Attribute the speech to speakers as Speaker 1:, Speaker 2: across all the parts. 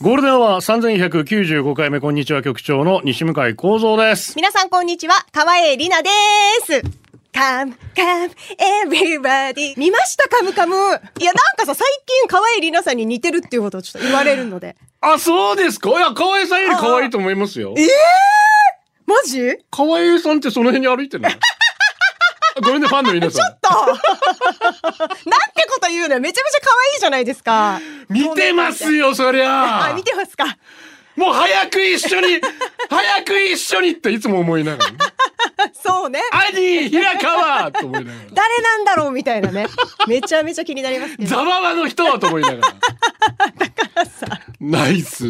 Speaker 1: ゴールデンは三千百九十五回目こんにちは局長の西向井光三です。
Speaker 2: 皆さんこんにちは、川栄里奈です。カムカム everybody 見ましたカムカムいやなんかさ最近川栄里奈さんに似てるっていうことをちょっと言われるので
Speaker 1: あ、そうですか。いや、河合さんより可愛いと思いますよ。
Speaker 2: マジと
Speaker 1: 河合さんってその辺に歩いて るの。ごめんねファンの皆さ
Speaker 2: なんてこと言うのよめちゃめちゃ可愛いじゃないですか
Speaker 1: ん。見てますよそりゃ
Speaker 2: あ見。てますか
Speaker 1: もう早く一緒に 早く一緒にっていつも思いながらね。
Speaker 2: そうね
Speaker 1: 兄平川と思いながら。
Speaker 2: 誰なんだろうみたいなねめちゃめちゃ気になりますけど
Speaker 1: ざわわの人はと思いながら。ナイス。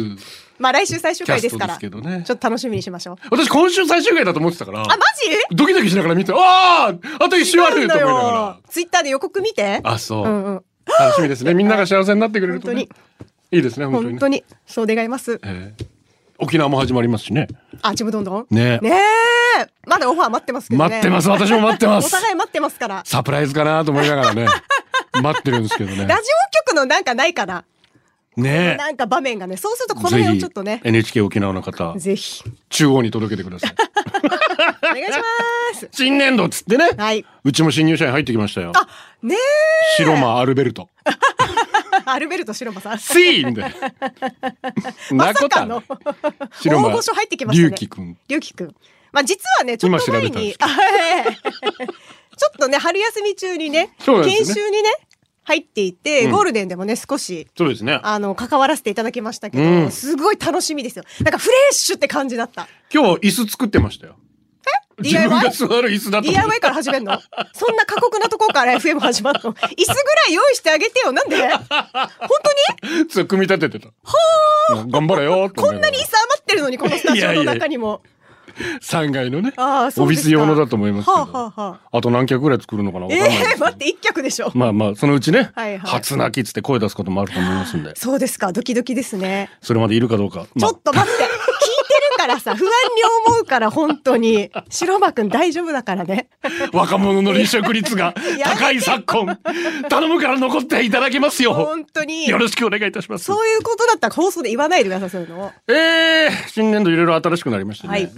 Speaker 2: まあ来週最終回ですから
Speaker 1: キャストですけどね
Speaker 2: ちょっと楽しみにしましょう
Speaker 1: 私今週最終回だと思ってたから。
Speaker 2: あマジ
Speaker 1: ドキドキしながら見て、あああと一周あると思いなが
Speaker 2: ツイッターで予告見て
Speaker 1: ら。あ、そう。
Speaker 2: うんうん
Speaker 1: 楽しみ ですね。みんなが幸せになってくれると、ね、
Speaker 2: 本
Speaker 1: いいですね、本当に、
Speaker 2: 本当にそう願います
Speaker 1: ええ沖縄も始まりますしね。
Speaker 2: あ、ちむどんどん
Speaker 1: ね
Speaker 2: ねえ。まだオファー待ってますけどね。
Speaker 1: 待ってます。私も待ってま
Speaker 2: お
Speaker 1: す。
Speaker 2: 互い待ってますから。
Speaker 1: サプライズかなと思いながらね。 待ってるんですけどね
Speaker 2: ラ。ジオ局のなんかないかな。
Speaker 1: ね
Speaker 2: なんか場面がね。そうするとこの
Speaker 1: ぜ
Speaker 2: 辺を
Speaker 1: ひ、
Speaker 2: ちょっとね。
Speaker 1: NHK 沖縄の方、
Speaker 2: ぜひ。
Speaker 1: 中央に届けてくだ さい。
Speaker 2: お願いし ます。
Speaker 1: 新年度っつってね。
Speaker 2: はい。
Speaker 1: うちも新入社員入ってきましたよ。
Speaker 2: あ、ねえ。
Speaker 1: 白間アルベルト。
Speaker 2: アルベルト白馬さん。
Speaker 1: C! みたい な。
Speaker 2: まさかの。
Speaker 1: 白間
Speaker 2: 大御所入ってきましたね。
Speaker 1: 龍樹くん。
Speaker 2: 龍樹くん。まあ実はね、ちょっと
Speaker 1: 今
Speaker 2: 前
Speaker 1: 調べたんで
Speaker 2: に
Speaker 1: す、けど
Speaker 2: あ ええちょっとね、春休み中にね、
Speaker 1: そうなんで
Speaker 2: 研
Speaker 1: すね
Speaker 2: 修にね、入っていて、
Speaker 1: うん
Speaker 2: ゴールデンでもね、少し
Speaker 1: そうですね。
Speaker 2: あの、関わらせていただきましたけど、
Speaker 1: うん
Speaker 2: すごい楽しみですよ。なんかフレッシュって感じだった。
Speaker 1: 今日椅子作ってましたよ。自分
Speaker 2: DIY?
Speaker 1: が座る椅子だと思って。
Speaker 2: DIY から始めるのそんな過酷なとこから FM 始まるの椅子ぐらい用意してあげてよ。なんで本当 に
Speaker 1: そう組み立ててた。頑張れ よって
Speaker 2: こ
Speaker 1: 思い
Speaker 2: ん
Speaker 1: なが
Speaker 2: なに
Speaker 1: ら。
Speaker 2: 椅子余ってるのに、このスタジオの中にも。
Speaker 1: 三階のね。
Speaker 2: ああ、そ
Speaker 1: オ
Speaker 2: う
Speaker 1: フィ
Speaker 2: ですか
Speaker 1: ス用のだと思いますけど。
Speaker 2: はあはあは
Speaker 1: あと何脚ぐらい作るのかな。わかん
Speaker 2: え
Speaker 1: ないですけ
Speaker 2: え
Speaker 1: ど
Speaker 2: 待って、一脚でしょ。
Speaker 1: まあまあそのうちね、
Speaker 2: はいはい
Speaker 1: 初泣きっつって声出すこともあると思います んで、
Speaker 2: そうですか、ドキドキですね。
Speaker 1: それまでいるかどうか。
Speaker 2: ち
Speaker 1: ま
Speaker 2: ょ
Speaker 1: あ
Speaker 2: っと待って、聞いてるからさ、不安に思うから、本当に。白馬くん大丈夫だからね。
Speaker 1: 若者の離職率 が高い昨今、頼むから残っていただきますよ。
Speaker 2: 本当に。
Speaker 1: よろしくお願いいたします。
Speaker 2: そういうことだったら放送で言わないでください、そういうのを。
Speaker 1: えー、新年度いろいろ新しくなりましたね。
Speaker 2: はい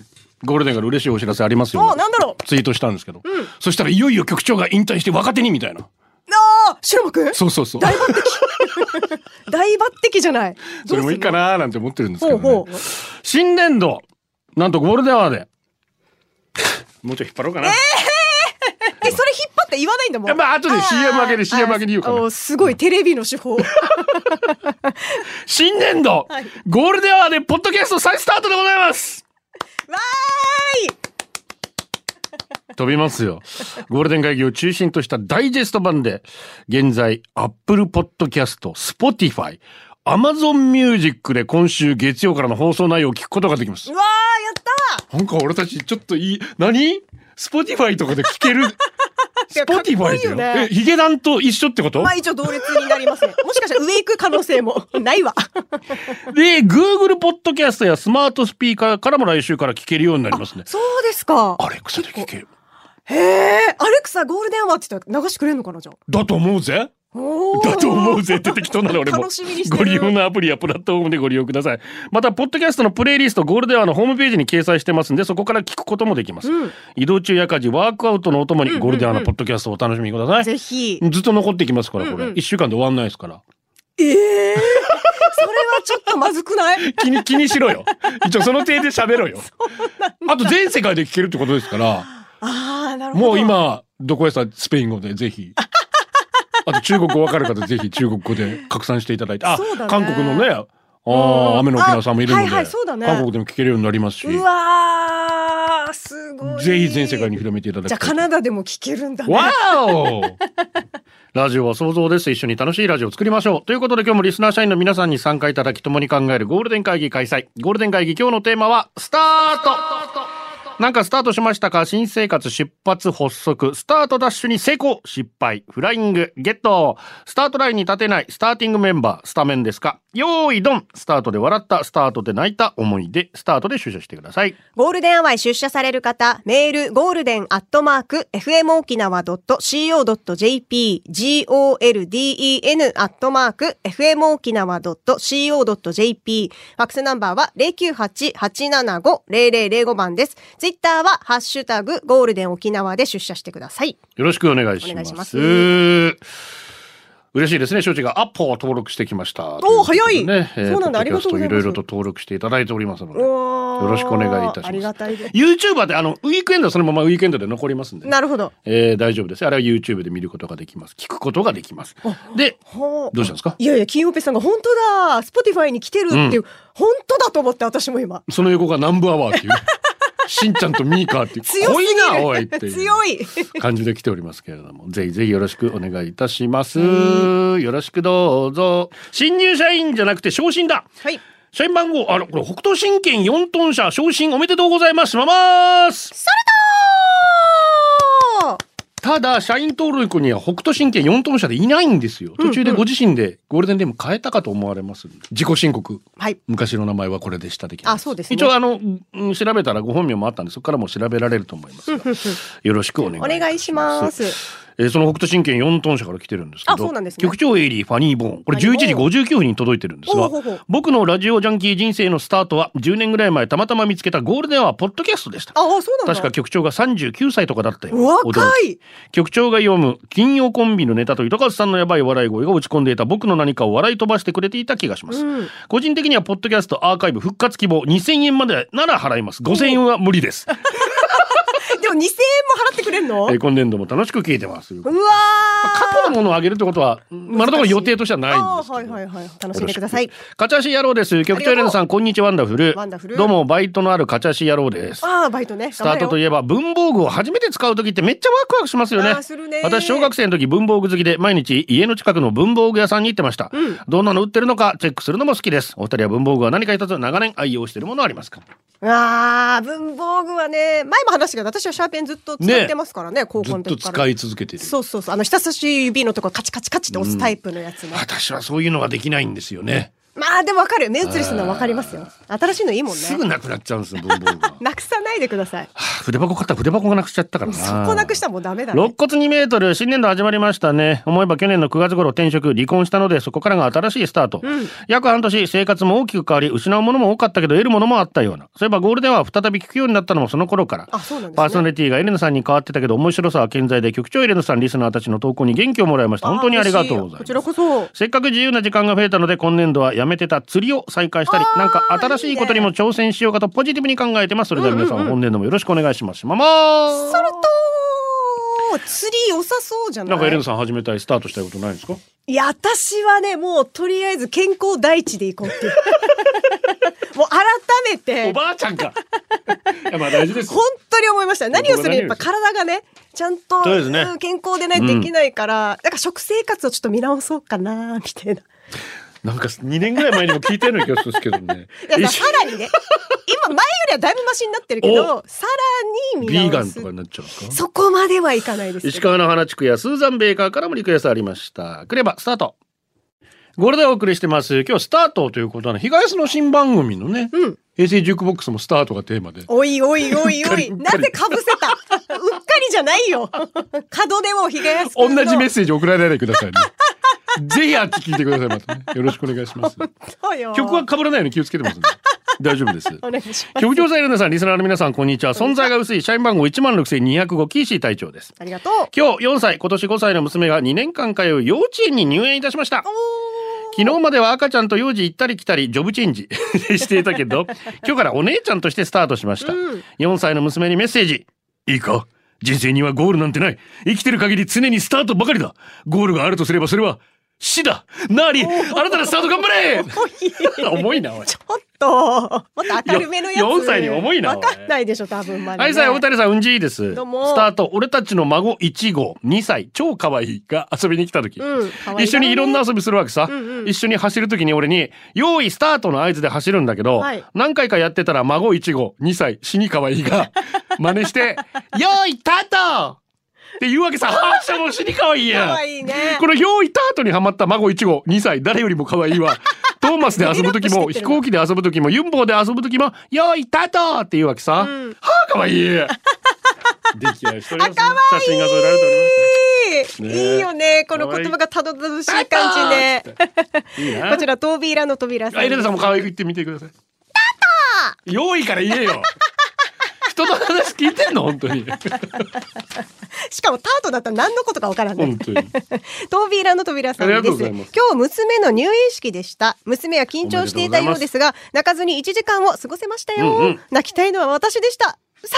Speaker 1: ゴールデンから嬉しいお知らせありますよ、
Speaker 2: あ、なんだろう。
Speaker 1: ツイートしたんですけど、そしたらいよいよ局長が引退して若手にみたいな。
Speaker 2: ああ、白馬くん
Speaker 1: そうそうそう。
Speaker 2: 大抜擢大抜擢じゃない。
Speaker 1: それもいいか
Speaker 2: な。
Speaker 1: なーなんて思ってるんですけど、
Speaker 2: ほう
Speaker 1: ね、
Speaker 2: ほう。
Speaker 1: 新年度なんとゴールデンアワーで もうちょい引っ張ろうかな、
Speaker 2: え、それ引っ張って言わないんだもん。
Speaker 1: やっぱ後で CM 明けで CM 明けに言うか
Speaker 2: あ
Speaker 1: ら
Speaker 2: ーすごい、テレビの 手法。
Speaker 1: 新年度、
Speaker 2: はい
Speaker 1: ゴールデンアワーでポッドキャスト再スタートでございます
Speaker 2: わーい
Speaker 1: 飛びますよゴールデン会議を中心としたダイジェスト版で現在アップルポッドキャスト Spotify アマゾンミュージックで今週月曜からの放送内容を聞くことができます
Speaker 2: うわー、やった
Speaker 1: なんか俺たちちょっといい、何スポティファイとかで聞 ける。スポティファイだよ。
Speaker 2: いやかっこいいよね
Speaker 1: え、ヒゲダンと一緒ってこと、
Speaker 2: まあ一応同列になりますね。もしかしたら上行く可能性も ないわ。
Speaker 1: で、Google ポッドキャストやスマートスピーカーからも来週から聞けるようになりますね。
Speaker 2: そうですか。
Speaker 1: アレクサで聞ける。
Speaker 2: へえ、アレクサゴールデンアワーって言ったら流してくれるのかな、じゃあ。
Speaker 1: だと思うぜ。
Speaker 2: おー
Speaker 1: だと思うぜって適当なの俺も。
Speaker 2: 楽しみにしてる
Speaker 1: ご利用のアプリやプラットフォームでご利用ください。また、ポッドキャストのプレイリスト、ゴールデンアワーのホームページに掲載してますんで、そこから聞くこともできます。
Speaker 2: うん
Speaker 1: 移動中や家事、ワークアウトのお供に、ゴールデンアワーのポッドキャストをお楽しみください。
Speaker 2: ぜひ。
Speaker 1: ずっと残ってきますから、これ。
Speaker 2: うん
Speaker 1: 一、
Speaker 2: うん
Speaker 1: 週間で終わんないですから。
Speaker 2: ええー。 それはちょっとまずくない
Speaker 1: 気に、気にしろよ。一応その手で喋ろよ。あと全世界で聞けるってことですから、
Speaker 2: ああ、なるほど。
Speaker 1: もう。今、どこやさ、スペイン語でぜひ。あと中国語わかる方、ぜひ中国語で拡散していただいて。あ、
Speaker 2: そうだね
Speaker 1: 韓国のね、あ
Speaker 2: う
Speaker 1: あ、
Speaker 2: ん
Speaker 1: 雨の沖縄さんもいるので、
Speaker 2: あはいはいそうだね
Speaker 1: 韓国でも聞けるようになりますし、
Speaker 2: うわー、すごい。
Speaker 1: ぜひ全世界に広めていただきた
Speaker 2: じゃあ
Speaker 1: い。
Speaker 2: カナダでも聞けるんだね。
Speaker 1: わーお ラジオは想像です。一緒に楽しいラジオを作りましょう。ということで今日もリスナー社員の皆さんに参加いただき共に考えるゴールデン会議開催。ゴールデン会議今日のテーマはスタートなんかスタートしましたか新生活出発発足。スタートダッシュに成功失敗。フライングゲット。スタートラインに立てない。スターティングメンバー。スタメンですかよーいドンスタートで笑った。スタートで泣いた思い出。スタートで出社してください。
Speaker 2: ゴールデンアワーへ出社される方、メール、ゴールデンアットマーク、fmokinawa.co.jp、golden アットマーク、fmokinawa.co.jp、ファックスナンバーは098-875-0005番です。ツイッターは、ハッシュタグ、ゴールデン沖縄で出社してください。
Speaker 1: よろしくお願いし
Speaker 2: お
Speaker 1: ま
Speaker 2: 願い
Speaker 1: す。
Speaker 2: します
Speaker 1: 嬉しいですね。招致がアポを登録してきました。
Speaker 2: おー早い
Speaker 1: ね、えー
Speaker 2: そうなんだ
Speaker 1: ポッドキャスト
Speaker 2: ありがとうございます
Speaker 1: ろいろと登録していただいておりますので。よ
Speaker 2: よ
Speaker 1: ろしくお願いいたします。
Speaker 2: ありがたいです。
Speaker 1: YouTuber であのウィークエンドはそのままウィークエンドで残りますんで、ね
Speaker 2: なるほど。
Speaker 1: えー大丈夫ですあれは YouTube で見ることができます聞くことができますで
Speaker 2: ほ
Speaker 1: どうしたんですか
Speaker 2: いやいや、金曜ペさんが本当だ !Spotify に来てるっていう、本当だと思って私も今。
Speaker 1: その横が南部アワ ーっていうねしんちゃんとミーカーっていう
Speaker 2: 強す
Speaker 1: 濃
Speaker 2: ぎ
Speaker 1: い
Speaker 2: る
Speaker 1: なおいっていう
Speaker 2: 強い
Speaker 1: 感じで来ておりますけれどもぜひぜひよろしくお願いいたしますよろしくどうぞ新入社員じゃなくて昇進だ
Speaker 2: はい。
Speaker 1: 社員番号あのこれ北斗神拳4トン車昇進おめでとうございますします
Speaker 2: それだー
Speaker 1: ただ社員登録には北斗神拳4トン車でいないんですよ途中でご自身でゴールデンネーム変えたかと思われますんで自己申告
Speaker 2: はい。
Speaker 1: 昔の名前はこれでした的な
Speaker 2: あそうですね
Speaker 1: 一応あの、うん調べたらご本名もあったんでそこからも調べられると思います がよろしくお願いい
Speaker 2: お
Speaker 1: た
Speaker 2: 願いします。
Speaker 1: えーその北斗神拳4トン車から来てるんですけど
Speaker 2: あそうなんですね
Speaker 1: 局長エイリーファニーボーンこれ
Speaker 2: ファニ
Speaker 1: 11
Speaker 2: ー
Speaker 1: 時
Speaker 2: ボ
Speaker 1: 59分に届いてるんですが
Speaker 2: ほうほうほう
Speaker 1: 僕のラジオジャンキー人生のスタートは10年ぐらい前たまたま見つけたゴールデンはポッドキャストでした
Speaker 2: あ、あそうなんだ。
Speaker 1: 確か局長が39歳とかだったよ
Speaker 2: 若
Speaker 1: 驚き
Speaker 2: い
Speaker 1: 局長が読む金曜コンビのネタと糸数さんのやばい笑い声が落ち込んでいた僕の何かを笑い飛ばしてくれていた気がします、
Speaker 2: うん
Speaker 1: 個人的にはポッドキャストアーカイブ復活希望2000円までなら払います5000円は無理 です、
Speaker 2: でも2000円も払ってくれるの
Speaker 1: えー今年度も楽しく聞いてます
Speaker 2: うわ
Speaker 1: 過去のものをあげるってことはまだところ予定としては
Speaker 2: ー
Speaker 1: ないんで
Speaker 2: あ
Speaker 1: すけ
Speaker 2: ー
Speaker 1: ど
Speaker 2: はいはいはい。楽しんでください。
Speaker 1: カチャシ野郎です局長エレナさんこんにちはワンダフル
Speaker 2: ワンダフル
Speaker 1: どうもバイトのあるカチャシ野郎です
Speaker 2: ああ、バイトね。
Speaker 1: スタートとい
Speaker 2: え
Speaker 1: えば文房具を初めて使う時ってめっちゃワクワクしますよね
Speaker 2: あーするね
Speaker 1: 私小学生の時文房具好きで毎日家の近くの文房具屋さんに行ってました、どんなの売ってるのかチェックするのも好きですお二人は文房具は何か一つ長年愛用しているものはありますか
Speaker 2: ああ、文房具はね、前も話したけど、私はシャーペンずっと使ってますからね、高校の時から。
Speaker 1: い続けて
Speaker 2: そうそうそう。あの、人差し指のとこカチカチカチって押すタイプのやつね。
Speaker 1: 私はそういうのができないんですよね
Speaker 2: まあ、でもわかるよ。目移りするのはわかりますよ。新しいのいいもんね。
Speaker 1: すぐなくなっちゃうんですよ文 房具がは
Speaker 2: なくさないでください。
Speaker 1: あ 筆箱買ったら筆箱がなくしちゃったからな
Speaker 2: そこなくしたらもうダメだ、ね
Speaker 1: 肋。骨2メートル新年度始まりましたね思えば去年の9月頃転職離婚したのでそこからが新しいスタート、約半年生活も大きく変わり失うものも多かったけど得るものもあったようなそういえばゴールデンは再び聞くようになったのもその頃から
Speaker 2: あ、そうなんですね。
Speaker 1: パーソナリティがエレナさんに変わってたけど面白さは健在で局長エレナさんリスナーたちの投稿に元気をもらいました本当にありがとうござい
Speaker 2: こ
Speaker 1: ま
Speaker 2: ち
Speaker 1: す
Speaker 2: らこそ。
Speaker 1: せっかく自由な時間が増えたので今年度はやめてた釣りを再開したりなんか新しいことにも挑戦しようかとポジティブに考えてますそれでは皆さん、本年度もよろしくお願いしますしままー
Speaker 2: それと、釣り良さそうじゃない
Speaker 1: なんかエレナさん始めたいスタートしたいことないんですか
Speaker 2: いや、私はね、もうとりあえず健康第一でいこう っていう。もう改めて、
Speaker 1: ばあちゃんか。 いやまあ大 事です
Speaker 2: 本当に思いました。何をするにやっぱ
Speaker 1: 僕も
Speaker 2: 体がね、ちゃんと、
Speaker 1: そうですね
Speaker 2: うん健康でないといけないから、なんか食生活をちょっと見直そうかな、み たいな。
Speaker 1: なんか2年ぐらい前にも聞いたような気がするんですけどね。
Speaker 2: いや、さらにね、今前よりはだいぶマシになってるけど、さらに見
Speaker 1: ビー
Speaker 2: 直
Speaker 1: ガン
Speaker 2: す
Speaker 1: とかになっちゃうんですか
Speaker 2: そこまではいかないですけ
Speaker 1: 石
Speaker 2: ど。
Speaker 1: 川の花地区やスーザン・ベイカーからもリクエストありました。くれば、スタート。ゴールデンお送りしてます。今日スタートということは、ね、東の新番組のね、
Speaker 2: うん
Speaker 1: 平成ジュークボックスもスタートがテーマで。
Speaker 2: おいおいおいおい、
Speaker 1: うっ
Speaker 2: な
Speaker 1: かり
Speaker 2: ぜかぶせたうっかりじゃないよ角でもひげやす
Speaker 1: 同じメッ
Speaker 2: ス
Speaker 1: セージ送られないでくださいね。ぜひあっち聞いてください、またね。よろしくお願いし ます。曲は被らないように気をつけてますんで。大丈夫です。
Speaker 2: お願いします
Speaker 1: 局長さん、エレナさん、リスナーの皆さん、こんにちは。存在が薄い、社員番号16,205、キーシー隊長です。
Speaker 2: ありがとう
Speaker 1: 今日4歳、今年5歳の娘が2年間通う幼稚園に入園いたしました。昨日までは赤ちゃんと幼児行ったり来たり、ジョブチェ ンジしていたけど、今日からお姉ちゃんとしてスタートしました。4歳の 娘にメッセージ。いいか人生にはゴールなんてない。生きてる限り常にスタートばかりだ。ゴールがあるとすればそれは死だ。なあり、新たなスタート頑張 れ重いな、おい。
Speaker 2: おっともっと明るめのやつ
Speaker 1: よ4歳に重いな
Speaker 2: わかんないでしょ多分まだ、ね、
Speaker 1: はい、さい、大谷さん、うんじいです。
Speaker 2: どうも
Speaker 1: スタート、俺たちの孫1号、2歳、超可愛いが遊びに来た時、
Speaker 2: うん可愛い
Speaker 1: 一緒にいろんな遊びするわけさ。
Speaker 2: んうん
Speaker 1: 一緒に走る時に俺に、用意スタートの合図で走るんだけど、
Speaker 2: はい
Speaker 1: 何回かやってたら孫1号、2歳、死に可愛いが、真似 して、用意タートって言うわけさ、はあ、しゃもしに可愛いやん。
Speaker 2: 可愛いね
Speaker 1: この用意タートにハマった孫1号、2歳、誰よりも可愛い わ。トーマスで遊ぶときも、
Speaker 2: レベルアップして
Speaker 1: 飛
Speaker 2: ってる
Speaker 1: 行機で遊ぶときも、ユンボで遊ぶときも、用意タートって言うわけさ、
Speaker 2: ん
Speaker 1: はあ、可 愛い。出来合いしておりますね写真が添えられており
Speaker 2: いい、
Speaker 1: ねえ
Speaker 2: いいよねこの言葉がたどたどしい感じで、
Speaker 1: ます。いいな。
Speaker 2: こちらトービーラの扉さ
Speaker 1: あ、
Speaker 2: ん
Speaker 1: エレナさんも可愛く言ってみてください。タート用意から言え よ。人の話聞いてんの本当に。
Speaker 2: しかもタートだったら何のことかわからない、
Speaker 1: 本当に。
Speaker 2: トービーラの扉さん
Speaker 1: ありが
Speaker 2: で
Speaker 1: とうご
Speaker 2: す。
Speaker 1: ざい
Speaker 2: 今
Speaker 1: ます
Speaker 2: 日娘の入院式でした。娘は緊張していたようですが、泣かずに1時間を過ごせましたよ。
Speaker 1: うんうん
Speaker 2: 泣きたいのは私でした。寂し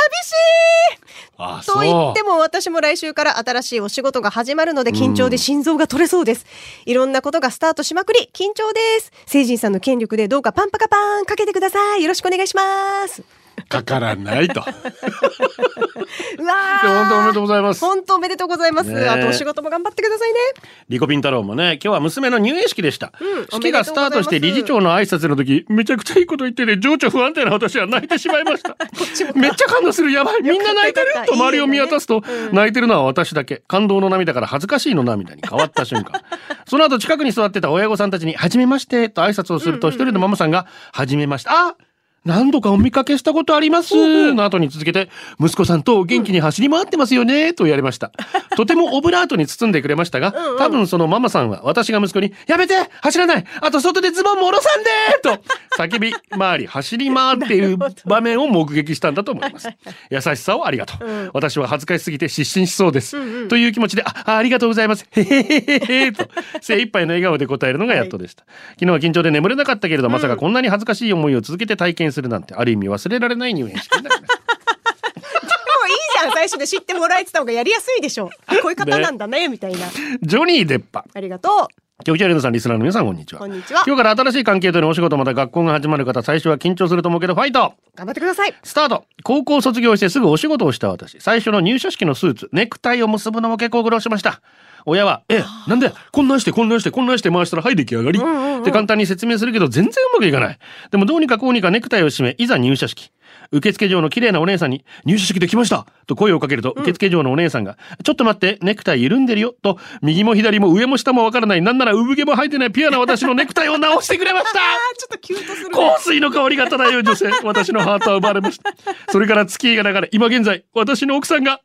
Speaker 1: あ、
Speaker 2: いと言っても私も来週から新しいお仕事が始まるので緊張で心臓が取れそうです。いろんなことがスタートしまくり、緊張です。成人さんの権力でどうかパンパカパーンかけてください。よろしくお願いします。
Speaker 1: かからないと。
Speaker 2: うわー
Speaker 1: 本当おめでとうございます
Speaker 2: 本当おめでとうございます。
Speaker 1: ねえ
Speaker 2: あとお仕事も頑張ってくださいね。
Speaker 1: リコピン太郎もね、今日は娘の入園式でした。
Speaker 2: ん
Speaker 1: 式がスタートして
Speaker 2: おめ
Speaker 1: 理
Speaker 2: で
Speaker 1: 事
Speaker 2: とう
Speaker 1: 長の挨拶の時、めちゃくちゃいいこと言ってて、情緒不安定な私は泣いてしまいま した。めっちゃ感動する、やばい、みんな泣いてる
Speaker 2: よかった
Speaker 1: と周りを見渡すと、
Speaker 2: いいよねうん
Speaker 1: 泣いてるのは私だけ。感動の涙から恥ずかしいの涙に変わった瞬 間。その後近くに座ってた親御さんたちに、はじめましてと挨拶をすると、一人のママさんが、はじめまして。あ何度かお見かけしたことありますの後に続けて、息子さんと元気に走り回ってますよねと言われま した。とてもオブラートに包んでくれましたが、多分そのママさんは私が息子に、やめて走らないあと外でズボンも下ろさんでと叫び回り、走り回ってい る場面を目撃したんだと思い ます。優しさをありがとう。私は恥ずかしすぎて失神しそうです。という気持ちで、ああ、ありがとうございます。へへへへへ と、精一杯の笑顔で答えるのがやっとでした。昨日は緊張で眠れなかったけれど、まさかこんなに恥ずかしい思いを続けて体験するなんて、ある意味忘れられない入園式になりました。
Speaker 2: もういいじゃん最初で知ってもらえてた方がやりやすいでしょあこういう方なんだねみたいな
Speaker 1: ジョニー・デッパ。
Speaker 2: ありがと
Speaker 1: 局長レナさん、リスナーの皆さん、こんにちは。
Speaker 2: こんにちは
Speaker 1: 今日から新しい関係とのお仕事、また学校が始まる方、最初は緊張すると思うけど、ファイト
Speaker 2: う頑張ってください
Speaker 1: スタート高校を卒業してすぐお仕事をした私。最初の入社式のスーツ、ネクタイを結ぶのも結構苦労しました。親は、え、なんでこんなんして、こんなんして、こんなんして回したら、はい、出来上がり、って簡単に説明するけど、全然うまくいかない。でも、どうにかこうにかネクタイを締め、いざ入社式。受付嬢の綺麗なお姉さんに、入社式できましたと声をかけると、受付嬢のお姉さんが、ちょっと待って、ネクタイ緩んでるよと、右も左も上も下もわからない、なんなら産毛も生えてないピュアな私のネクタイを直してくれました
Speaker 2: ちょっとキュートする
Speaker 1: 香水の香りが漂う女性、私のハートは奪われました。それから月日が流れ、今現在、私の奥さんが、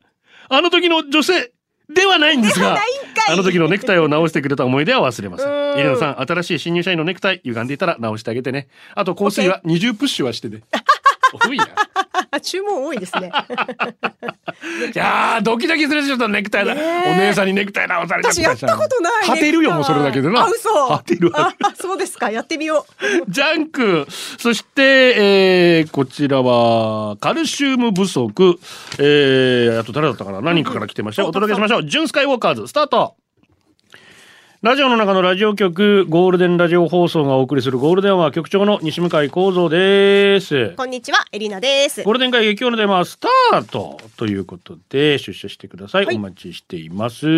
Speaker 1: あの時の女性、ではないんです が、あの時のネクタイを直してくれた思い出は忘れません。
Speaker 2: うん
Speaker 1: エレナさん、新しい新入社員のネクタイ、歪んでいたら直してあげてね。あと香水は20プッシュはしてね。多いな。
Speaker 2: あ注文多いですね
Speaker 1: いやー、ドキドキするでしょ、そのネクタイだ。お姉さんにネクタイ直されちゃ
Speaker 2: 私やったことない
Speaker 1: 果てるよ、もうそれだけでな。
Speaker 2: あ嘘
Speaker 1: 果てるわ
Speaker 2: あ。そうですかやってみよう
Speaker 1: ジャンク。そして、えー、こちらは、カルシウム不足。えー、あと誰だったかな何人かから来てましたよ。お届けしましょう。ジュンスカイウォーカーズ、スタートラジオの中のラジオ局、ゴールデンラジオ放送がお送りするゴールデンは局長の西向井幸三です。
Speaker 2: こんにちはエリナです
Speaker 1: ゴールデン会議、今日のテーマはスタートということで、出社してください。
Speaker 2: はい
Speaker 1: お待ちしています。え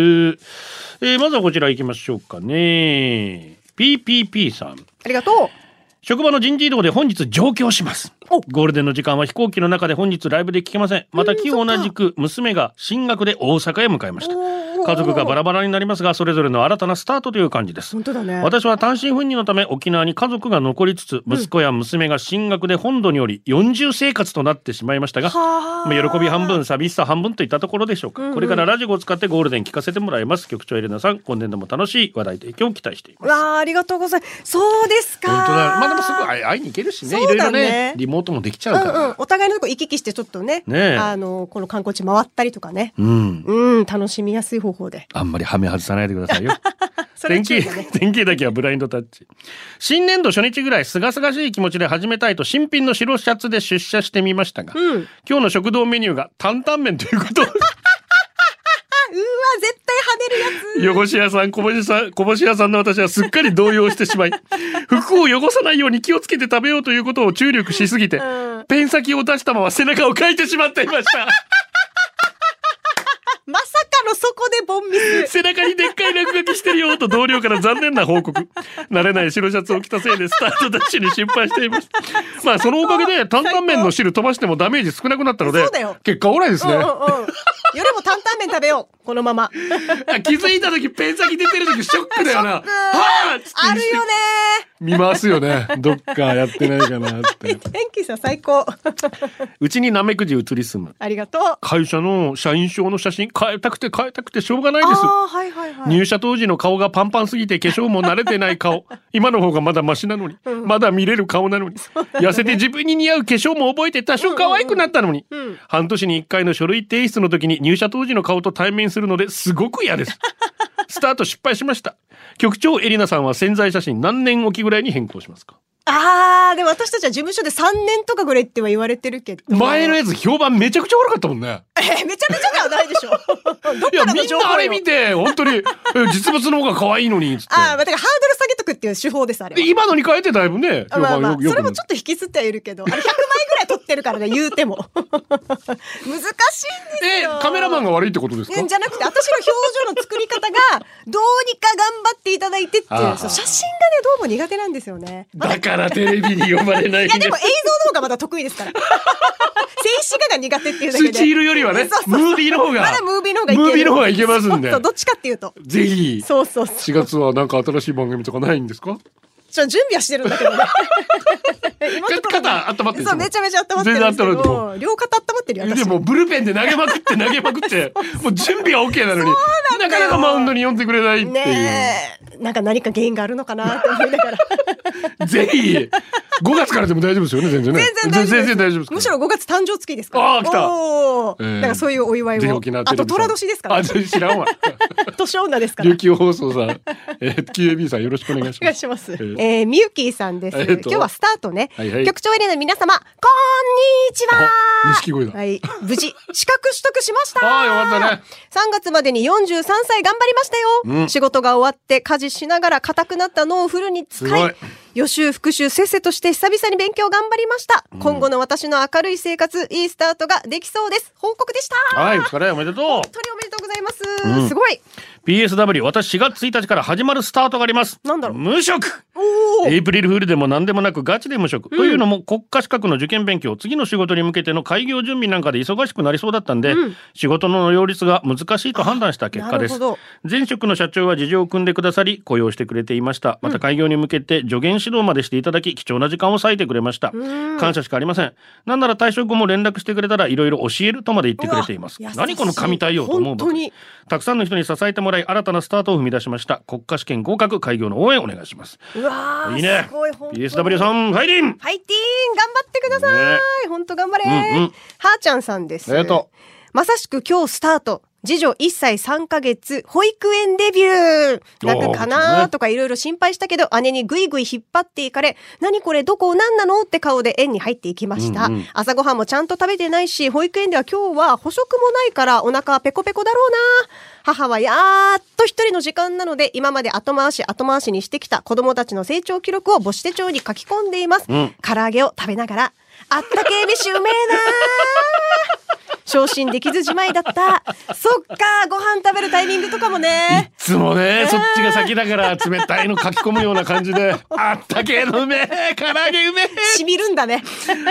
Speaker 1: ー、まずはこちら行きましょうかね。PPP さん。
Speaker 2: ありがと
Speaker 1: 職場の人事異動で本日上京します
Speaker 2: お
Speaker 1: ゴールデンの時間は飛行機の中で本日ライブで聞けませんまた昨日同じく娘が進学で大阪へ向かいました
Speaker 2: おー
Speaker 1: 家族がバラバラになりますがそれぞれの新たなスタートという感じです
Speaker 2: 本当だね
Speaker 1: 私は単身赴任のため沖縄に家族が残りつつ息子や娘が進学で本土により40生活となってしまいましたが、
Speaker 2: はあ
Speaker 1: まあ喜び半分寂しさ半分といったところでしょうか、これからラジオを使ってゴールデン聞かせてもらいます局長エレナさん今年度も楽しい話題提供を期待しています
Speaker 2: うわあありがとうございますそうですか
Speaker 1: 本当だ。まあでもすぐ会い会いに行けるしね。い
Speaker 2: そ
Speaker 1: ろ
Speaker 2: う
Speaker 1: いろ
Speaker 2: だね
Speaker 1: ね、リモートもできちゃうか
Speaker 2: うんうん
Speaker 1: ら。
Speaker 2: お互いのとこ行き来してちょっとね
Speaker 1: ねえ
Speaker 2: あのこの観光地回ったりとかね
Speaker 1: うん。
Speaker 2: うん楽しみやすい方法で
Speaker 1: あんまりハメ外さないでくださいよ。
Speaker 2: それ
Speaker 1: 天
Speaker 2: 注意
Speaker 1: 気
Speaker 2: だね、
Speaker 1: 天気だけはブラインドタッチ。新年度初日ぐらい、すがすがしい気持ちで始めたいと、新品の白シャツで出社してみましたが、
Speaker 2: うん
Speaker 1: 今日の食堂メニューが担々麺ということ。
Speaker 2: うわ、絶対跳ねるやつ。
Speaker 1: 汚し屋さん、こぼしさん、こぼし屋さんの私はすっかり動揺して しまい、服を汚さないように気をつけて食べようということを注力しすぎて、
Speaker 2: ん
Speaker 1: ペン先を出したまま背中をかいてしまっていました。
Speaker 2: まさかのとそこでボンミス。
Speaker 1: 背中にでっかい落書きしてるよと同僚から残念な報告慣れない白シャツを着たせいでスタートダッシュに失敗していますまあそのおかげで担々麺の汁飛ばしてもダメージ少なくなったので
Speaker 2: そうだよ
Speaker 1: 結果オーライです
Speaker 2: うん
Speaker 1: ね、
Speaker 2: うんうん。夜も担々麺食べよう。こ のまま。
Speaker 1: あ気づいた時ペン先出てる時ショックだよなはぁっつって
Speaker 2: あるよね
Speaker 1: 見回すよねどっかやってないかなって
Speaker 2: ー。天気さん最高。
Speaker 1: うちにナメクジ移り住む
Speaker 2: ありがとう。あ
Speaker 1: 会社の社員証の写真変えたくて変えたくてしょうがないです
Speaker 2: あー、はいはいはい。
Speaker 1: 入社当時の顔がパンパンすぎて化粧も慣れてない 顔今の方がまだマシなのに、まだ見れる顔なのに、痩せて自分に似合う化粧も覚えて多少可愛くなったのに、
Speaker 2: うん
Speaker 1: 半年に1回の書類提出の時に入社当時の顔と対面するのですごく嫌です スタート失敗しました局長エリナさんは潜在写真何年おきぐらいに変更しますか
Speaker 2: ああ、でも私たちは事務所で3年とかぐらいっては言われてるけど。
Speaker 1: 前のやつ評判めちゃくちゃ悪かったもんね
Speaker 2: えーめちゃめちゃでは ないでしょ。どっ
Speaker 1: いや
Speaker 2: から
Speaker 1: み
Speaker 2: の
Speaker 1: ん
Speaker 2: 情報
Speaker 1: なあれ
Speaker 2: よ
Speaker 1: 見て本当にえ実物の方が可愛いのにつって
Speaker 2: ああ、まあだからハードル下げとくっていう手法です、あれは
Speaker 1: で。今のに変えてだいぶね評
Speaker 2: まあ
Speaker 1: 判
Speaker 2: まあ
Speaker 1: よ、くよく
Speaker 2: それ
Speaker 1: な
Speaker 2: も
Speaker 1: っ
Speaker 2: ち
Speaker 1: た
Speaker 2: ょっと引きずってはいるけど、あれ100枚ぐらい撮ってるからね、言うても。 難しいんです
Speaker 1: え
Speaker 2: よ。
Speaker 1: カメラマンが悪いってことですか
Speaker 2: ねじゃなくて、私の表情の作り方が、どうにか頑張っていただいてってい
Speaker 1: ああ
Speaker 2: う、そう写真がね、どうも苦手なんですよ ね。まだ
Speaker 1: だからテレビに呼ばれない
Speaker 2: いや、でも映像の方がまだ得意ですから。 静止画が苦手っていうだけ
Speaker 1: ス
Speaker 2: で。
Speaker 1: チールよりはね
Speaker 2: そうそう
Speaker 1: ムービーの方が
Speaker 2: まだムービーの方がいける。
Speaker 1: ムービーの方がいけますんで
Speaker 2: そうそうどっちかっていうと。
Speaker 1: ぜひ
Speaker 2: そうそうそう。
Speaker 1: 4月はなんか新しい番組とかないんですか
Speaker 2: ちょ準備はしてるんだけどね。 今のところね
Speaker 1: 肩温まってるでしょ
Speaker 2: そう、めちゃめちゃ温まってるんですけ
Speaker 1: 全然温ま
Speaker 2: ど、両肩温まってるよ、私。
Speaker 1: でもうブルペンで投げまくって投げまく ってもう準備は OK なのになかなかマウンドに呼んでくれないっていう、
Speaker 2: ねえ、なんか何か原因があるのかなって思い ながら。
Speaker 1: ぜひ5月からでも大丈夫ですよね全然ね
Speaker 2: 全然大丈夫です。
Speaker 1: 全然大丈夫ですか
Speaker 2: むしろ5月誕生月ですから。
Speaker 1: あー来た
Speaker 2: おー
Speaker 1: えー
Speaker 2: だからそういうお祝い
Speaker 1: ぜひ
Speaker 2: を
Speaker 1: 沖縄。テ
Speaker 2: あ
Speaker 1: レビさ
Speaker 2: と、
Speaker 1: ん
Speaker 2: 虎年ですから
Speaker 1: あ。知らん わ
Speaker 2: 年女で すから。
Speaker 1: 琉球放送さん、えー、QAB さんよろしくお願いし
Speaker 2: お願
Speaker 1: ま
Speaker 2: い
Speaker 1: す
Speaker 2: します。え
Speaker 1: ー
Speaker 2: ー、みゆきーさんです。
Speaker 1: えー
Speaker 2: 今
Speaker 1: と
Speaker 2: 日はスタートね。
Speaker 1: はいはい
Speaker 2: 局長エレナの皆様、こんにちは
Speaker 1: あ錦鯉だ
Speaker 2: はい。無事、資格取得しました
Speaker 1: あーよかったね
Speaker 2: 3月までに43歳頑張りましたよ、
Speaker 1: うん
Speaker 2: 仕事が終わって家事しながら硬くなった脳をフルに使
Speaker 1: す
Speaker 2: い
Speaker 1: ごい
Speaker 2: 予習復習せっせとして久々に勉強頑張りました、今後の私の明るい生活いいスタートができそうです報告でした
Speaker 1: はいお疲れおめでとう
Speaker 2: 本当におめでとうございます、
Speaker 1: ん
Speaker 2: すごい
Speaker 1: PSW 私4月1日から始まるスタートがあります
Speaker 2: なんだろう
Speaker 1: 無職
Speaker 2: お
Speaker 1: エイプリルフールでも何でもなくガチで無職、というのも国家資格の受験勉強次の仕事に向けての開業準備なんかで忙しくなりそうだったんで、
Speaker 2: うん
Speaker 1: 仕事の両立が難しいと判断した結果です
Speaker 2: なるほど
Speaker 1: 前職の社長は事情を組んでくださり雇用してくれていましたまた開業に向けて助言指導までしていただき貴重な時間を割いてくれました、
Speaker 2: うん
Speaker 1: 感謝しかありませんなんなら退職後も連絡してくれたらいろいろ教えるとまで言ってくれています
Speaker 2: うわ優しい
Speaker 1: 何この神対応と思うばかり
Speaker 2: 本当に
Speaker 1: たくさんの人に支えてもらい新たなスタートを踏み出しました国家試験合格開業の応援お願いします
Speaker 2: うわー
Speaker 1: いいね
Speaker 2: すごい本当に
Speaker 1: PSW さんファイリン
Speaker 2: ファイティーン頑張ってくださ
Speaker 1: ね
Speaker 2: い、本当頑張れ、
Speaker 1: うんうん
Speaker 2: はーちゃんさんです
Speaker 1: ありがと
Speaker 2: まさしく今日スタート次女1歳3ヶ月保育園デビュー楽かなーとかいろいろ心配したけど姉にぐいぐい引っ張っていかれ何これどこ何なのって顔で園に入っていきました、
Speaker 1: うんうん
Speaker 2: 朝ごはんもちゃんと食べてないし保育園では今日は補食もないからお腹はペコペコだろうな母はやーっと一人の時間なので今まで後回し後回しにしてきた子供たちの成長記録を母子手帳に書き込んでいます、
Speaker 1: うん
Speaker 2: 唐揚げを食べながらあったけえ飯うめえなー昇進できずじまいだったそっかご飯食べるタイミングとかも
Speaker 1: い
Speaker 2: ね
Speaker 1: つもねそっちが先だから冷たいの書き込むような感じ であったけえのうめえ唐揚げうめえ
Speaker 2: しみるんだね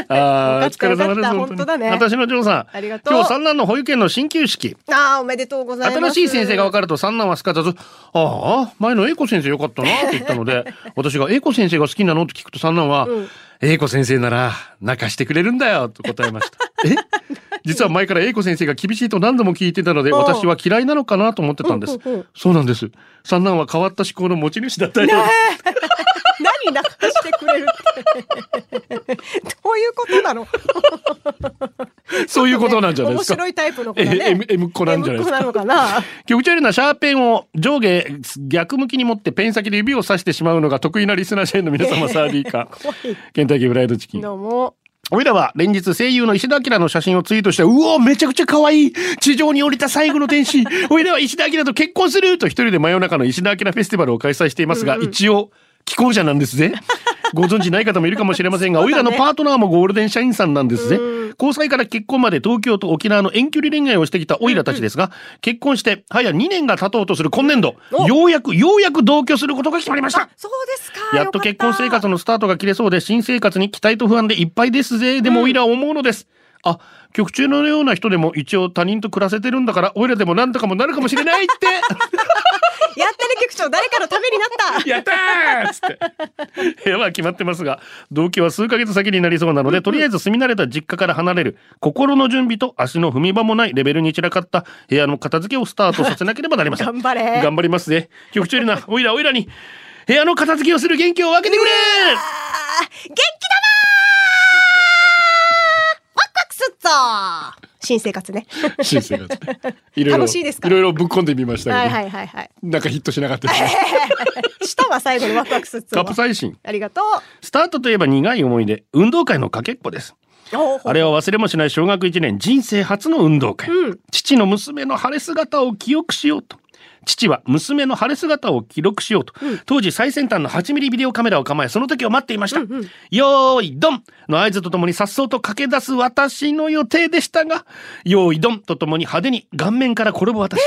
Speaker 1: あー
Speaker 2: よか
Speaker 1: お
Speaker 2: った
Speaker 1: 疲れ様です
Speaker 2: よか
Speaker 1: 本当
Speaker 2: った
Speaker 1: に
Speaker 2: 本当だね
Speaker 1: 私のジョーさん
Speaker 2: ありがとう
Speaker 1: 今日三男の保育園の進級式
Speaker 2: ああおめでとうござい
Speaker 1: 新
Speaker 2: ます
Speaker 1: しい先生が分かると三男はすかさず「ああ前の英子先生よかったな」って言ったの で私が「英子先生が好きなの?」って聞くと三男は「英子先生なら泣かしてくれるんだよ」と答えま したえ実は前から英子先生が厳しいと何度も聞いてたので
Speaker 2: おう
Speaker 1: 私は嫌いなのかなと思ってたんです
Speaker 2: うんうんうん
Speaker 1: そうなんです三男は変わった思考の持ち主だったようです
Speaker 2: 何泣かしてくれるってどういうことなの
Speaker 1: そういうことなんじゃないですか
Speaker 2: 面白いタイプの子だね
Speaker 1: ええ M- M 子なんじゃないですか
Speaker 2: M 子なのかな
Speaker 1: 局長よりなシャーペンを上下逆向きに持ってペン先で指を刺してしまうのが得意なリスナー社員の皆様サーディーか
Speaker 2: 怖い
Speaker 1: ケンタッキーフライドチキン
Speaker 2: どうも
Speaker 1: おいらは連日声優の石田明の写真をツイートして、うおめちゃくちゃ可愛い地上に降りた最後の天使 おいらは石田明と結婚す ると一人で真夜中の石田明フェスティバルを開催していますが、一応、既婚者なんですぜ。ご存知ない方もいるかもしれませんが、
Speaker 2: そう
Speaker 1: おい
Speaker 2: だね
Speaker 1: らのパートナーもゴールデン社員さんなんですね
Speaker 2: う。
Speaker 1: 交際から結婚まで東京と沖縄の遠距離恋愛をしてきたおいらたちですが、結婚して早2年が経とうとする今年度、
Speaker 2: お
Speaker 1: ようやく、ようやく同居することが決まりました
Speaker 2: そうですか
Speaker 1: やっと結婚生活
Speaker 2: の
Speaker 1: のスタートが切れそうで、新生活に期待と不安でいっぱいですぜ。でも、オイラは思うのです。あ、局中のような人でも一応他人と暮らせてるんだから、オイラでもなんとかもなるかもしれないって。
Speaker 2: やってる局長誰かのためになった
Speaker 1: やったーっつって。部屋は決まってますが、同居は数ヶ月先になりそうなので、とりあえず住み慣れた実家から離れる、心の準備と足の踏み場もないレベルに散らかった部屋の片付けをスタートさせなければなりません。
Speaker 2: 頑張れ
Speaker 1: 頑張りますぜ。局長にな、オイラオイラに、部屋の片付けをする元気を分けてくれ
Speaker 2: あー元気だなーワクワクすっぞー新生活ね
Speaker 3: 新生活。いろいろ
Speaker 2: 楽しいですか
Speaker 3: いろいろぶっ込んでみました
Speaker 2: は
Speaker 3: け
Speaker 2: い
Speaker 3: ど、
Speaker 2: はいはいはい
Speaker 3: なんかヒットしなかったです。
Speaker 2: 下は最後にワクワクすっぞ
Speaker 1: カ
Speaker 2: ー
Speaker 1: プサイシン。
Speaker 2: ありがとう
Speaker 1: スタートといえば苦い思い出、運動会のかけっこです。
Speaker 2: おーほ
Speaker 1: あれは忘れもしない小学1年人生初の運動会。
Speaker 2: うん
Speaker 1: 父の娘の晴れ姿を記憶しようと。父は娘の晴れ姿を記録しようと、当時最先端の8ミリビデオカメラを構えその時を待っていました、よーいドンの合図とともに颯爽と駆け出す私の予定でしたがよーいドンとともに派手に顔面から転ぶ私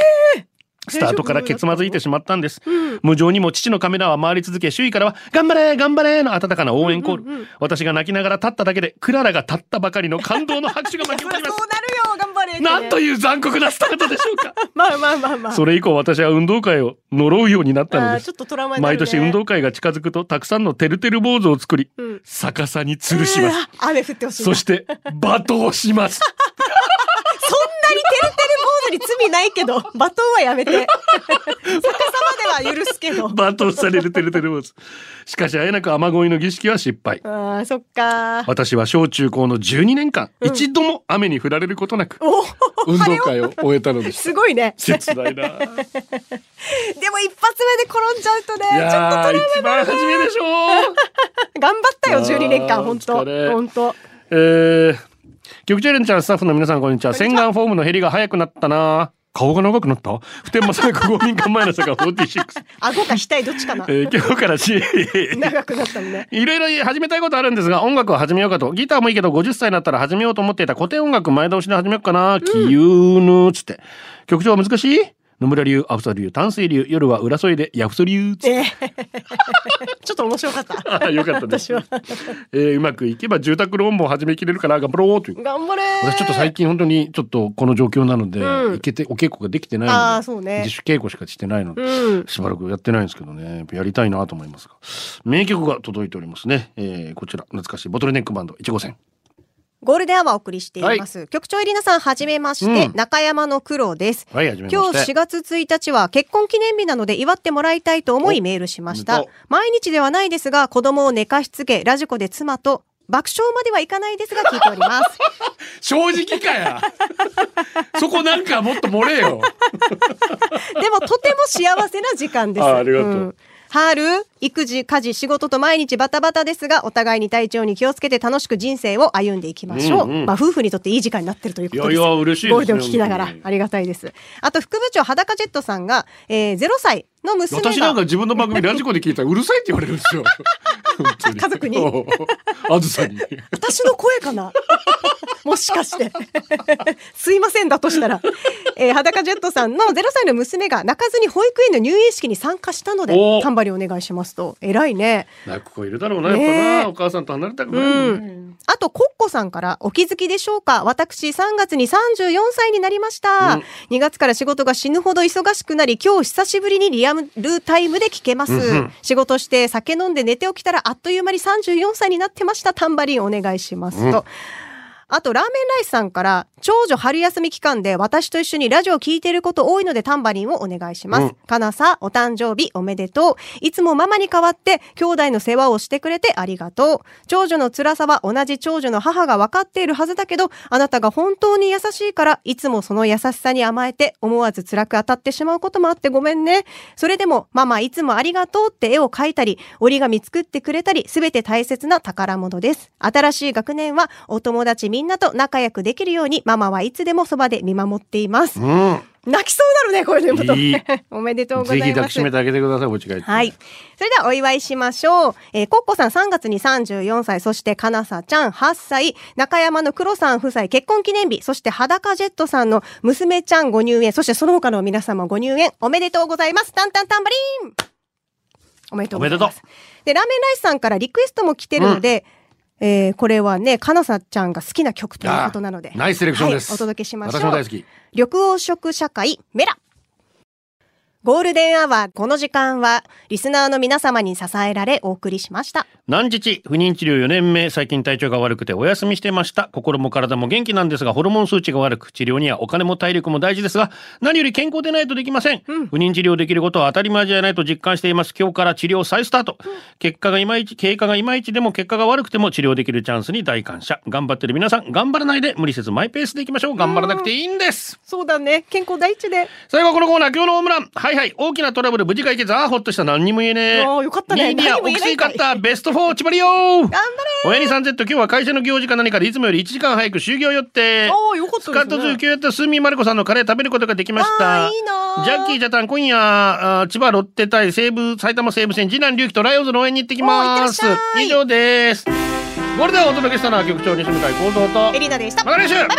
Speaker 1: スタートからけつまずいてしまったんです、無情にも父のカメラは回り続け周囲からは「頑張れ頑張れ!」の温かな応援コール、私が泣きながら立っただけでクララが立ったばかりの感動の拍手が巻き起こりま
Speaker 2: そ
Speaker 1: す
Speaker 2: うなるよ頑張れってね
Speaker 1: なんという残酷なスタートでしょう か
Speaker 2: まあまあまあまあ
Speaker 1: それ以降私は運動会を呪うようになったの
Speaker 2: あ
Speaker 1: で
Speaker 2: ーち
Speaker 1: す
Speaker 2: ょっとトラウマになる
Speaker 1: 毎
Speaker 2: ね
Speaker 1: 年運動会が近づくとたくさんのてるてる坊主を作り、
Speaker 2: ん
Speaker 1: 逆さに吊るしま
Speaker 2: う
Speaker 1: す
Speaker 2: わ雨降ってほしい
Speaker 1: そ
Speaker 2: な
Speaker 1: して罵倒します
Speaker 2: そんなにてるてる坊主に罪ないけど、 バトンはや めて。逆さまでは許すけど。
Speaker 1: 罵倒されるてるてる坊主しかしあえなく雨乞いの儀式は失敗
Speaker 2: ああ、そっか。
Speaker 1: 私は小中高の12年間、一度も雨に降られることなく
Speaker 2: おー
Speaker 3: 運動会を終えたのです。
Speaker 2: すごいね。
Speaker 1: 切ない ない
Speaker 2: でも一発目で転んじゃうとね、ちょっと
Speaker 1: や
Speaker 2: ト
Speaker 1: ー
Speaker 2: ラウ
Speaker 1: 一番初めでしょう
Speaker 2: マ。頑張ったよ、
Speaker 1: あー
Speaker 2: 12年間、本
Speaker 1: お
Speaker 2: 当
Speaker 1: 疲れ
Speaker 2: 本当
Speaker 1: えー、局長連ちゃんスタッフの皆さんこんにちは。
Speaker 2: こんにちは
Speaker 1: 洗顔フォームの減りが早くなったな。顔が長くなった普天間最高公民館前の坂46。
Speaker 2: 顎か額どっちかな
Speaker 1: え。ー、今日からし、
Speaker 2: 長くなった のね。
Speaker 1: いろいろ始めたいことあるんですが、音楽を始めようかと。ギターもいいけど、50歳になったら始めようと思っていた古典音楽前倒しで始めようかな。キユーヌつって。曲調は難しい野村流、アフソ流、淡水流、夜は浦添で、ヤフソ流つって。
Speaker 2: えー ちょっと面白かった。
Speaker 1: あよかったです。
Speaker 2: 私は。
Speaker 1: えーうまくいけば住宅ローンも始めきれるから頑張ろうという。
Speaker 2: 頑張れー。
Speaker 1: 私ちょっと最近本当にちょっとこの状況なので、
Speaker 2: うん
Speaker 1: 行けてお稽古ができてないので
Speaker 2: ああ、そうね
Speaker 1: 自。主稽古しかしてないので、
Speaker 2: うん。
Speaker 1: しばらくやってないんですけどねやっぱやりたいなと思いますが名曲が届いておりますね、えーこちら懐かしいボトルネックバンド1号線
Speaker 2: ゴールデンアワーお送りしています。局長エリナさん、はじめまして、
Speaker 1: うん
Speaker 2: 中山の苦労です。
Speaker 1: はい始めま
Speaker 2: 今日
Speaker 1: して
Speaker 2: 4月1日は結婚記念日なので祝ってもらいたいと思いメールしま
Speaker 1: お
Speaker 2: し
Speaker 1: め
Speaker 2: た
Speaker 1: でと。
Speaker 2: 毎日ではないですが、子供を寝かしつけ、ラジコで妻と爆笑まではいかないですが聞いており ます。
Speaker 3: 正直か やそこなんかもっと漏れよ。
Speaker 2: でもとても幸せな時間です。
Speaker 1: あありがとうん
Speaker 2: 春、育児、家事、仕事と毎日バタバタですが、お互いに体調に気をつけて楽しく人生を歩んでいきましょう。
Speaker 1: うんうん
Speaker 2: まあ、夫婦にとっていい時間になってるということです。
Speaker 1: いやいや嬉しいですね
Speaker 2: ゴールデンを聞きながら
Speaker 1: 本当に、
Speaker 2: ありがたいです。あと、副部長、裸ジェットさんが、えー、0歳の娘が。
Speaker 3: 私なんか自分の番組ラジコで聞いたらうるさいって言われるんですよ。本当に
Speaker 2: 家族に
Speaker 3: おう あずさに。
Speaker 2: 私の声かな もしかして。 すいませんだとしたら。えー、裸ジェットさんの0歳の娘が泣かずに保育園の入園式に参加したので
Speaker 1: お、
Speaker 2: タンバリンお願いしますと。偉いね。
Speaker 1: 泣く子いるだろうなやっぱ
Speaker 2: ね
Speaker 1: な、
Speaker 2: え
Speaker 1: お母さんと離れたくない、
Speaker 2: うん。あと、コッコさんから、お気づきでしょうか私、3月に34歳になりました。
Speaker 1: うん
Speaker 2: 2月から仕事が死ぬほど忙しくなり、今日久しぶりにリアルタイムで聞けます。
Speaker 1: うんうん
Speaker 2: 仕事して酒飲んで寝て起きたら、あっという間に34歳になってました。タンバリンお願いします。と。あと、ラーメンライスさんから、長女春休み期間で私と一緒にラジオを聞いていること多いのでタンバリンをお願いします。
Speaker 1: うん
Speaker 2: かなさ、お誕生日おめでとう。いつもママに代わって、兄弟の世話をしてくれてありがとう。長女の辛さは同じ長女の母が分かっているはずだけど、あなたが本当に優しいから、いつもその優しさに甘えて、思わず辛く当たってしまうこともあってごめんね。それでも、ママいつもありがとうって絵を描いたり、折り紙作ってくれたり、すべて大切な宝物です。新しい学年は、お友達みんなみんなと仲良くできるようにママはいつでもそばで見守っています。
Speaker 1: う
Speaker 2: 泣きそうなるねこれでもと。
Speaker 1: いい
Speaker 2: おめでとうご
Speaker 1: ん。
Speaker 2: ざい
Speaker 1: ぜ
Speaker 2: ま
Speaker 1: ひ
Speaker 2: す。
Speaker 1: 抱きしめてあげてください、お家帰って。
Speaker 2: はい。それではお祝いしましょう。えー、コッコさん3月に34歳、そしてかなさちゃん8歳、中山の黒さん夫妻結婚記念日、そして裸ジェットさんの娘ちゃんご入園、そしてその他の皆様ご入園、おめでとうございます。タンタンタンバリンおめでとうございます。で、ラーメンライスさんからリクエストも来てるので、えーこれはね、かなさちゃんが好きな曲ということなので。
Speaker 1: あーナイスセレクションです
Speaker 2: はいお届けしましょう。
Speaker 1: 私も大好き。
Speaker 2: 緑黄色社会メラゴールデンアワーこの時間はリスナーの皆様に支えられお送りしました
Speaker 1: 南日不妊治療4年目最近体調が悪くてお休みしてました心も体も元気なんですがホルモン数値が悪く治療にはお金も体力も大事ですが何より健康でないとできません、不妊治療できることは当たり前じゃないと実感しています今日から治療再スタート、結果がいまいち経過がいまいちでも結果が悪くても治療できるチャンスに大感謝頑張ってる皆さん頑張らないで無理せずマイペースでいきましょう頑張らなくていいんです
Speaker 2: そうだね健康第一で
Speaker 1: 最後はこのコーナー今日のホームランはいはい大きなトラブル無事解決ああほっとした何にも言えねえ
Speaker 2: あーよかったね
Speaker 1: ニーディア
Speaker 2: 何も
Speaker 1: 奥
Speaker 2: 言えな
Speaker 1: 水
Speaker 2: いんか
Speaker 1: 買
Speaker 2: い
Speaker 1: ったベスト4千葉リオ
Speaker 2: 頑
Speaker 1: 親に 3Z 今日は会社の行事か何かでいつもより1時間早く終業予定
Speaker 2: ああよかっ
Speaker 1: ス
Speaker 2: た
Speaker 1: カッ
Speaker 2: です
Speaker 1: ト
Speaker 2: ね
Speaker 1: 19やったスーミーマルコさんのカレー食べることができました
Speaker 2: あーいいなー
Speaker 1: ジャッキー・ジャタン今夜あー千葉ロッテ対西武埼玉西武戦次男龍樹とライオンズの応援に行ってきます
Speaker 2: おーいってらっしゃい
Speaker 1: 以上ですこれではお届けしたのは局長西向井幸三と
Speaker 2: エリナでした
Speaker 1: また来週
Speaker 2: バイバイ